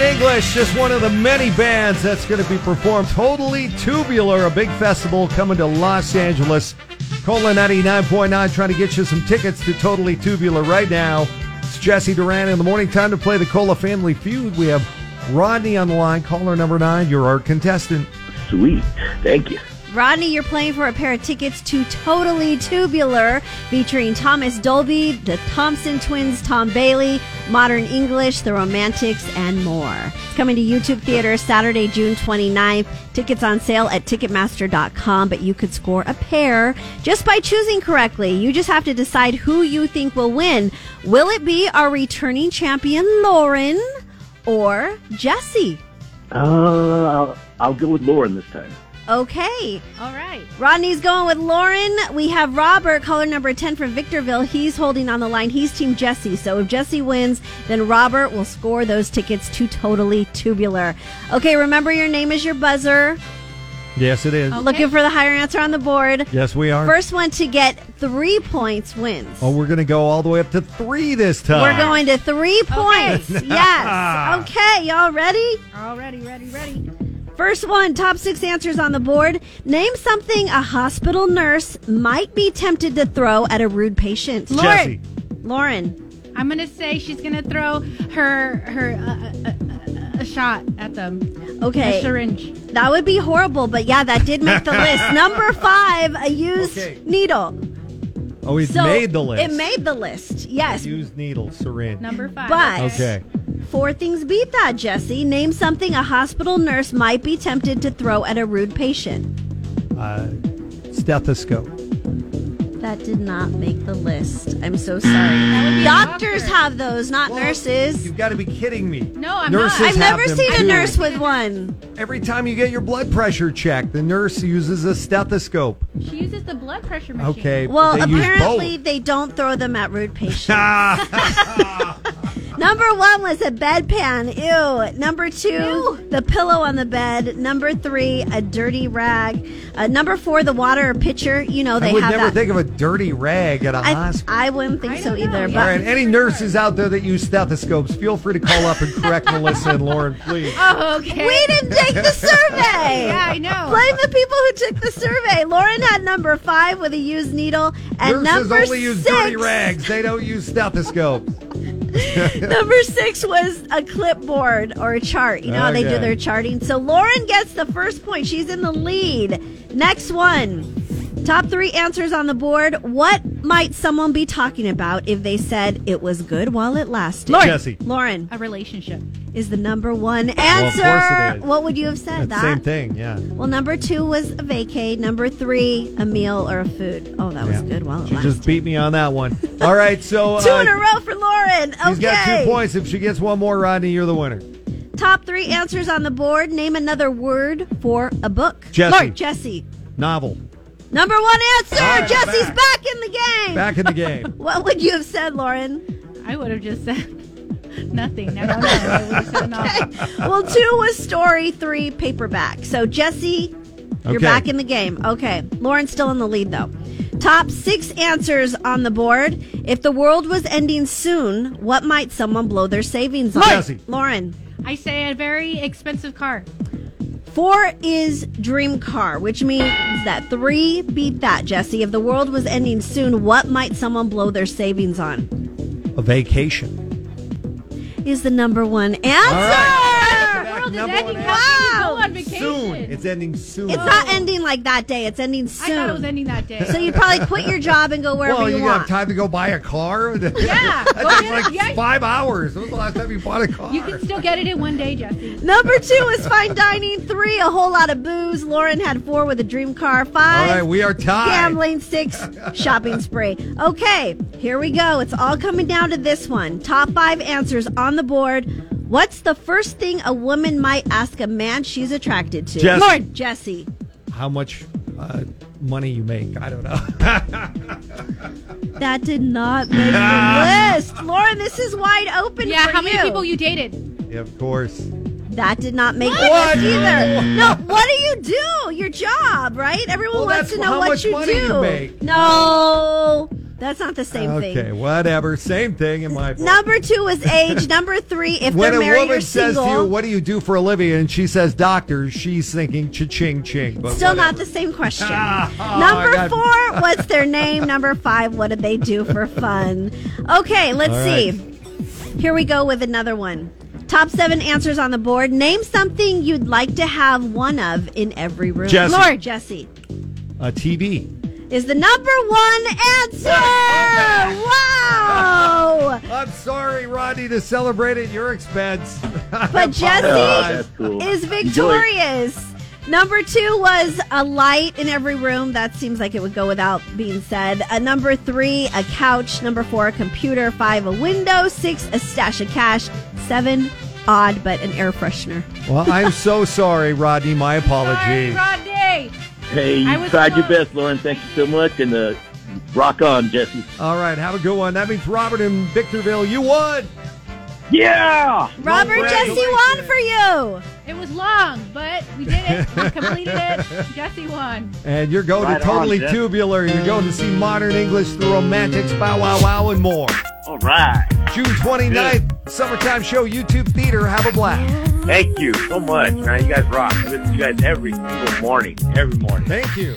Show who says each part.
Speaker 1: English, just one of the many bands that's going to be performed. Totally Tubular, a big festival coming to Los Angeles. Cola 99.9 trying to get you some tickets to Totally Tubular right now. It's Jesse Duran in the morning. Time to play the Cola Family Feud. We have Rodney on the line, caller number nine. You're our contestant.
Speaker 2: Sweet. Thank you.
Speaker 3: Rodney, you're playing for a pair of tickets to Totally Tubular, featuring Thomas Dolby, the Thompson Twins, Tom Bailey, Modern English, The Romantics, and more. It's coming to YouTube Theater Saturday, June 29th. Tickets on sale at Ticketmaster.com, but you could score a pair just by choosing correctly. You just have to decide who you think will win. Will it be our returning champion, Lauren, or Jesse?
Speaker 2: Uh, I'll, I'll go with Lauren this time.
Speaker 3: Okay.
Speaker 4: All right.
Speaker 3: Rodney's going with Lauren. We have Robert, caller number 10 from Victorville. He's holding on the line. He's Team Jesse. So if Jesse wins, then Robert will score those tickets to Totally Tubular. Okay, remember your name is your buzzer.
Speaker 1: Yes, it is.
Speaker 4: Okay.
Speaker 3: Looking for the higher answer on the board.
Speaker 1: Yes, we are.
Speaker 3: First one to get three points wins.
Speaker 1: oh, we're going to go all the way up to three this time.
Speaker 3: We're going to three points. yes. Okay, y'all ready?
Speaker 4: All ready, ready, ready.
Speaker 3: First one, top six answers on the board. Name something a hospital nurse might be tempted to throw at a rude patient.
Speaker 1: Jesse.
Speaker 3: Lauren.
Speaker 4: I'm gonna say she's gonna throw her her uh, uh, uh, uh, a shot at them.
Speaker 3: Okay.
Speaker 4: A syringe.
Speaker 3: That would be horrible, but yeah, that did make the list. Number five, a used
Speaker 1: Okay.
Speaker 3: needle.
Speaker 1: Oh, he's
Speaker 3: So
Speaker 1: made the list.
Speaker 3: It made the list, yes.
Speaker 1: Used needle, syringe.
Speaker 4: Number five.
Speaker 3: But-
Speaker 1: Okay.
Speaker 3: Four things beat that, Jesse. Name something a hospital nurse might be tempted to throw at a rude patient.
Speaker 1: Uh, stethoscope.
Speaker 3: That did not make the list. I'm so sorry.
Speaker 4: be a
Speaker 3: Doctors
Speaker 4: doctor.
Speaker 3: have those, not nurses.
Speaker 1: You've got to be kidding me.
Speaker 4: No, I'm
Speaker 1: Nurses
Speaker 4: not.
Speaker 3: I've
Speaker 1: have
Speaker 3: never
Speaker 1: them
Speaker 3: seen a
Speaker 1: too.
Speaker 3: nurse with one.
Speaker 1: Every time you get your blood pressure checked, the nurse uses a stethoscope.
Speaker 4: She uses the blood pressure machine.
Speaker 1: Okay.
Speaker 3: Well,
Speaker 1: they use
Speaker 3: apparently
Speaker 1: both.
Speaker 3: they don't throw them at rude patients.
Speaker 1: Ah,
Speaker 3: Number one was a bedpan. Ew. Number two, the pillow on the bed. Number three, a dirty rag. Uh, number four, the water pitcher. You know they
Speaker 1: I would
Speaker 3: have
Speaker 1: never
Speaker 3: that.
Speaker 1: think of a dirty rag at a
Speaker 3: I,
Speaker 1: hospital.
Speaker 3: I wouldn't think
Speaker 4: I
Speaker 3: so
Speaker 4: don't know,
Speaker 3: either.
Speaker 4: yeah.
Speaker 3: But
Speaker 1: All right, any nurses out there that use stethoscopes, feel free to call up and correct Melissa and Lauren, please.
Speaker 4: Oh, okay.
Speaker 3: we didn't take the survey.
Speaker 4: Yeah, I know.
Speaker 3: Blame the people who took the survey. Lauren had number five with a used needle, and
Speaker 1: nurses
Speaker 3: number
Speaker 1: only use
Speaker 3: six.
Speaker 1: dirty rags; they don't use stethoscopes.
Speaker 3: Number six was a clipboard or a chart. You know how they do
Speaker 1: Okay.
Speaker 3: their charting. So Lauren gets the first point. She's in the lead. Next one. Top three answers on the board. What might someone be talking about if they said it was good while it lasted?
Speaker 1: Lauren. Jesse.
Speaker 3: Lauren
Speaker 4: A relationship.
Speaker 3: is the number one
Speaker 1: of
Speaker 3: answer.
Speaker 1: course it is.
Speaker 3: What would you have said?
Speaker 1: That's
Speaker 3: that?
Speaker 1: the same thing, yeah.
Speaker 3: Well, number two was a vacay. Number three, a meal or a food. Oh, that was
Speaker 1: Yeah.
Speaker 3: good while it
Speaker 1: She
Speaker 3: lasted.
Speaker 1: just beat me on that one. All right, so
Speaker 3: two
Speaker 1: uh,
Speaker 3: in a row for Lauren. Okay.
Speaker 1: She's got two points. If she gets one more, Rodney, you're the winner.
Speaker 3: Top three answers on the board. Name another word for a book.
Speaker 1: Jesse.
Speaker 3: Lord, Jesse.
Speaker 1: Novel.
Speaker 3: Number one answer.
Speaker 1: All right,
Speaker 3: Jesse's
Speaker 1: back.
Speaker 3: back. in the game.
Speaker 1: Back in the game.
Speaker 3: What would you have said, Lauren?
Speaker 4: I would have just said nothing. I don't know. I would have said nothing.
Speaker 3: well, two was story, three paperback. So Jesse, you're
Speaker 1: Okay.
Speaker 3: back in the game. Okay. Lauren's still in the lead though. Top six answers on the board. If the world was ending soon, what might someone blow their savings on?
Speaker 1: Jesse.
Speaker 3: Lauren.
Speaker 4: I say a very expensive car.
Speaker 3: Four is dream car, which means that three beat that, Jesse. If the world was ending soon, what might someone blow their savings on?
Speaker 1: A vacation.
Speaker 3: Is the number one answer.
Speaker 1: right.
Speaker 4: World is
Speaker 1: Number
Speaker 4: ending.
Speaker 1: one
Speaker 4: How can you go
Speaker 3: Wow.
Speaker 4: on vacation?
Speaker 1: Soon. It's ending soon.
Speaker 3: It's not ending like that day. It's ending
Speaker 4: I
Speaker 3: soon.
Speaker 4: thought it was ending that day.
Speaker 3: so you probably quit your job and go wherever
Speaker 1: well,
Speaker 3: you,
Speaker 1: you
Speaker 3: want.
Speaker 1: have time to go buy a car.
Speaker 4: yeah. Go
Speaker 1: That's
Speaker 4: get
Speaker 1: like
Speaker 4: it. Yeah,
Speaker 1: five hours. When was the last time you bought a car?
Speaker 4: You can still get it in one day, Jesse.
Speaker 3: Number two is fine dining. Three, a whole lot of booze. Lauren had four with a dream car.
Speaker 1: All
Speaker 3: Five,
Speaker 1: right, we are tied.
Speaker 3: Gambling six, shopping spree. Okay, here we go. It's all coming down to this one. Top five answers on the board. What's the first thing a woman might ask a man she's attracted to?
Speaker 1: Jess.
Speaker 3: Lord, Jesse.
Speaker 1: How much uh, money you make? I don't know.
Speaker 3: That did not make the list. Lauren, this is wide open
Speaker 4: Yeah.
Speaker 3: for
Speaker 4: How many
Speaker 3: you.
Speaker 4: people you dated?
Speaker 1: yeah, of course.
Speaker 3: That did not make
Speaker 1: What?
Speaker 3: the list either. No, what do you do? Your job, right? Everyone
Speaker 1: Well,
Speaker 3: wants
Speaker 1: that's
Speaker 3: to know
Speaker 1: how
Speaker 3: what
Speaker 1: much
Speaker 3: you
Speaker 1: money
Speaker 3: do.
Speaker 1: you make.
Speaker 3: No. That's not the same thing.
Speaker 1: Okay, whatever. Same thing in my book.
Speaker 3: Number two was age. Number three, if
Speaker 1: When
Speaker 3: they're
Speaker 1: a
Speaker 3: married or
Speaker 1: woman says
Speaker 3: single.
Speaker 1: to you, "What do you do for a living?" and she says "doctor," she's thinking "cha-ching, ching." But
Speaker 3: Still
Speaker 1: whatever.
Speaker 3: not the same question.
Speaker 1: Ah, oh,
Speaker 3: Number
Speaker 1: I got-
Speaker 3: four, what's their name? Number five, what did they do for fun? Okay, let's
Speaker 1: All
Speaker 3: see.
Speaker 1: right.
Speaker 3: Here we go with another one. Top seven answers on the board. Name something you'd like to have one of in every room.
Speaker 1: Jesse.
Speaker 3: Lord, Jesse
Speaker 1: a TV.
Speaker 3: is the number one answer. Wow.
Speaker 1: I'm sorry, Rodney, to celebrate at your expense.
Speaker 3: But
Speaker 1: God.
Speaker 3: Jesse
Speaker 2: Oh, that's cool.
Speaker 3: is
Speaker 2: Enjoy.
Speaker 3: victorious. Number two was a light in every room. That seems like it would go without being said. Uh, number three, a couch. Number four, a computer. Five, a window. Six, a stash of cash. Seven, odd, but an air freshener.
Speaker 1: well, I'm so sorry, Rodney. My
Speaker 4: Sorry,
Speaker 1: apology.
Speaker 4: Rodney.
Speaker 2: Hey,
Speaker 4: I
Speaker 2: you
Speaker 4: was
Speaker 2: tried your
Speaker 4: close.
Speaker 2: best, Lauren. Thank you so much, and uh, rock on, Jesse.
Speaker 1: All right, have a good one. That means Robert in Victorville, you won.
Speaker 2: Yeah.
Speaker 3: Robert, Jesse won for you.
Speaker 4: It was long, but we did it. We completed it. Jesse won.
Speaker 1: And you're going
Speaker 2: Right
Speaker 1: to
Speaker 2: on,
Speaker 1: Totally
Speaker 2: Jeff.
Speaker 1: Tubular. You're going to see Modern English, The Romantics, Bow Wow Wow, and more.
Speaker 2: All right.
Speaker 1: June 29th, Summertime Show, YouTube Theater. Have a blast.
Speaker 2: Thank you so much, man. You guys rock. I listen to you guys every single morning. Every morning.
Speaker 1: Thank you.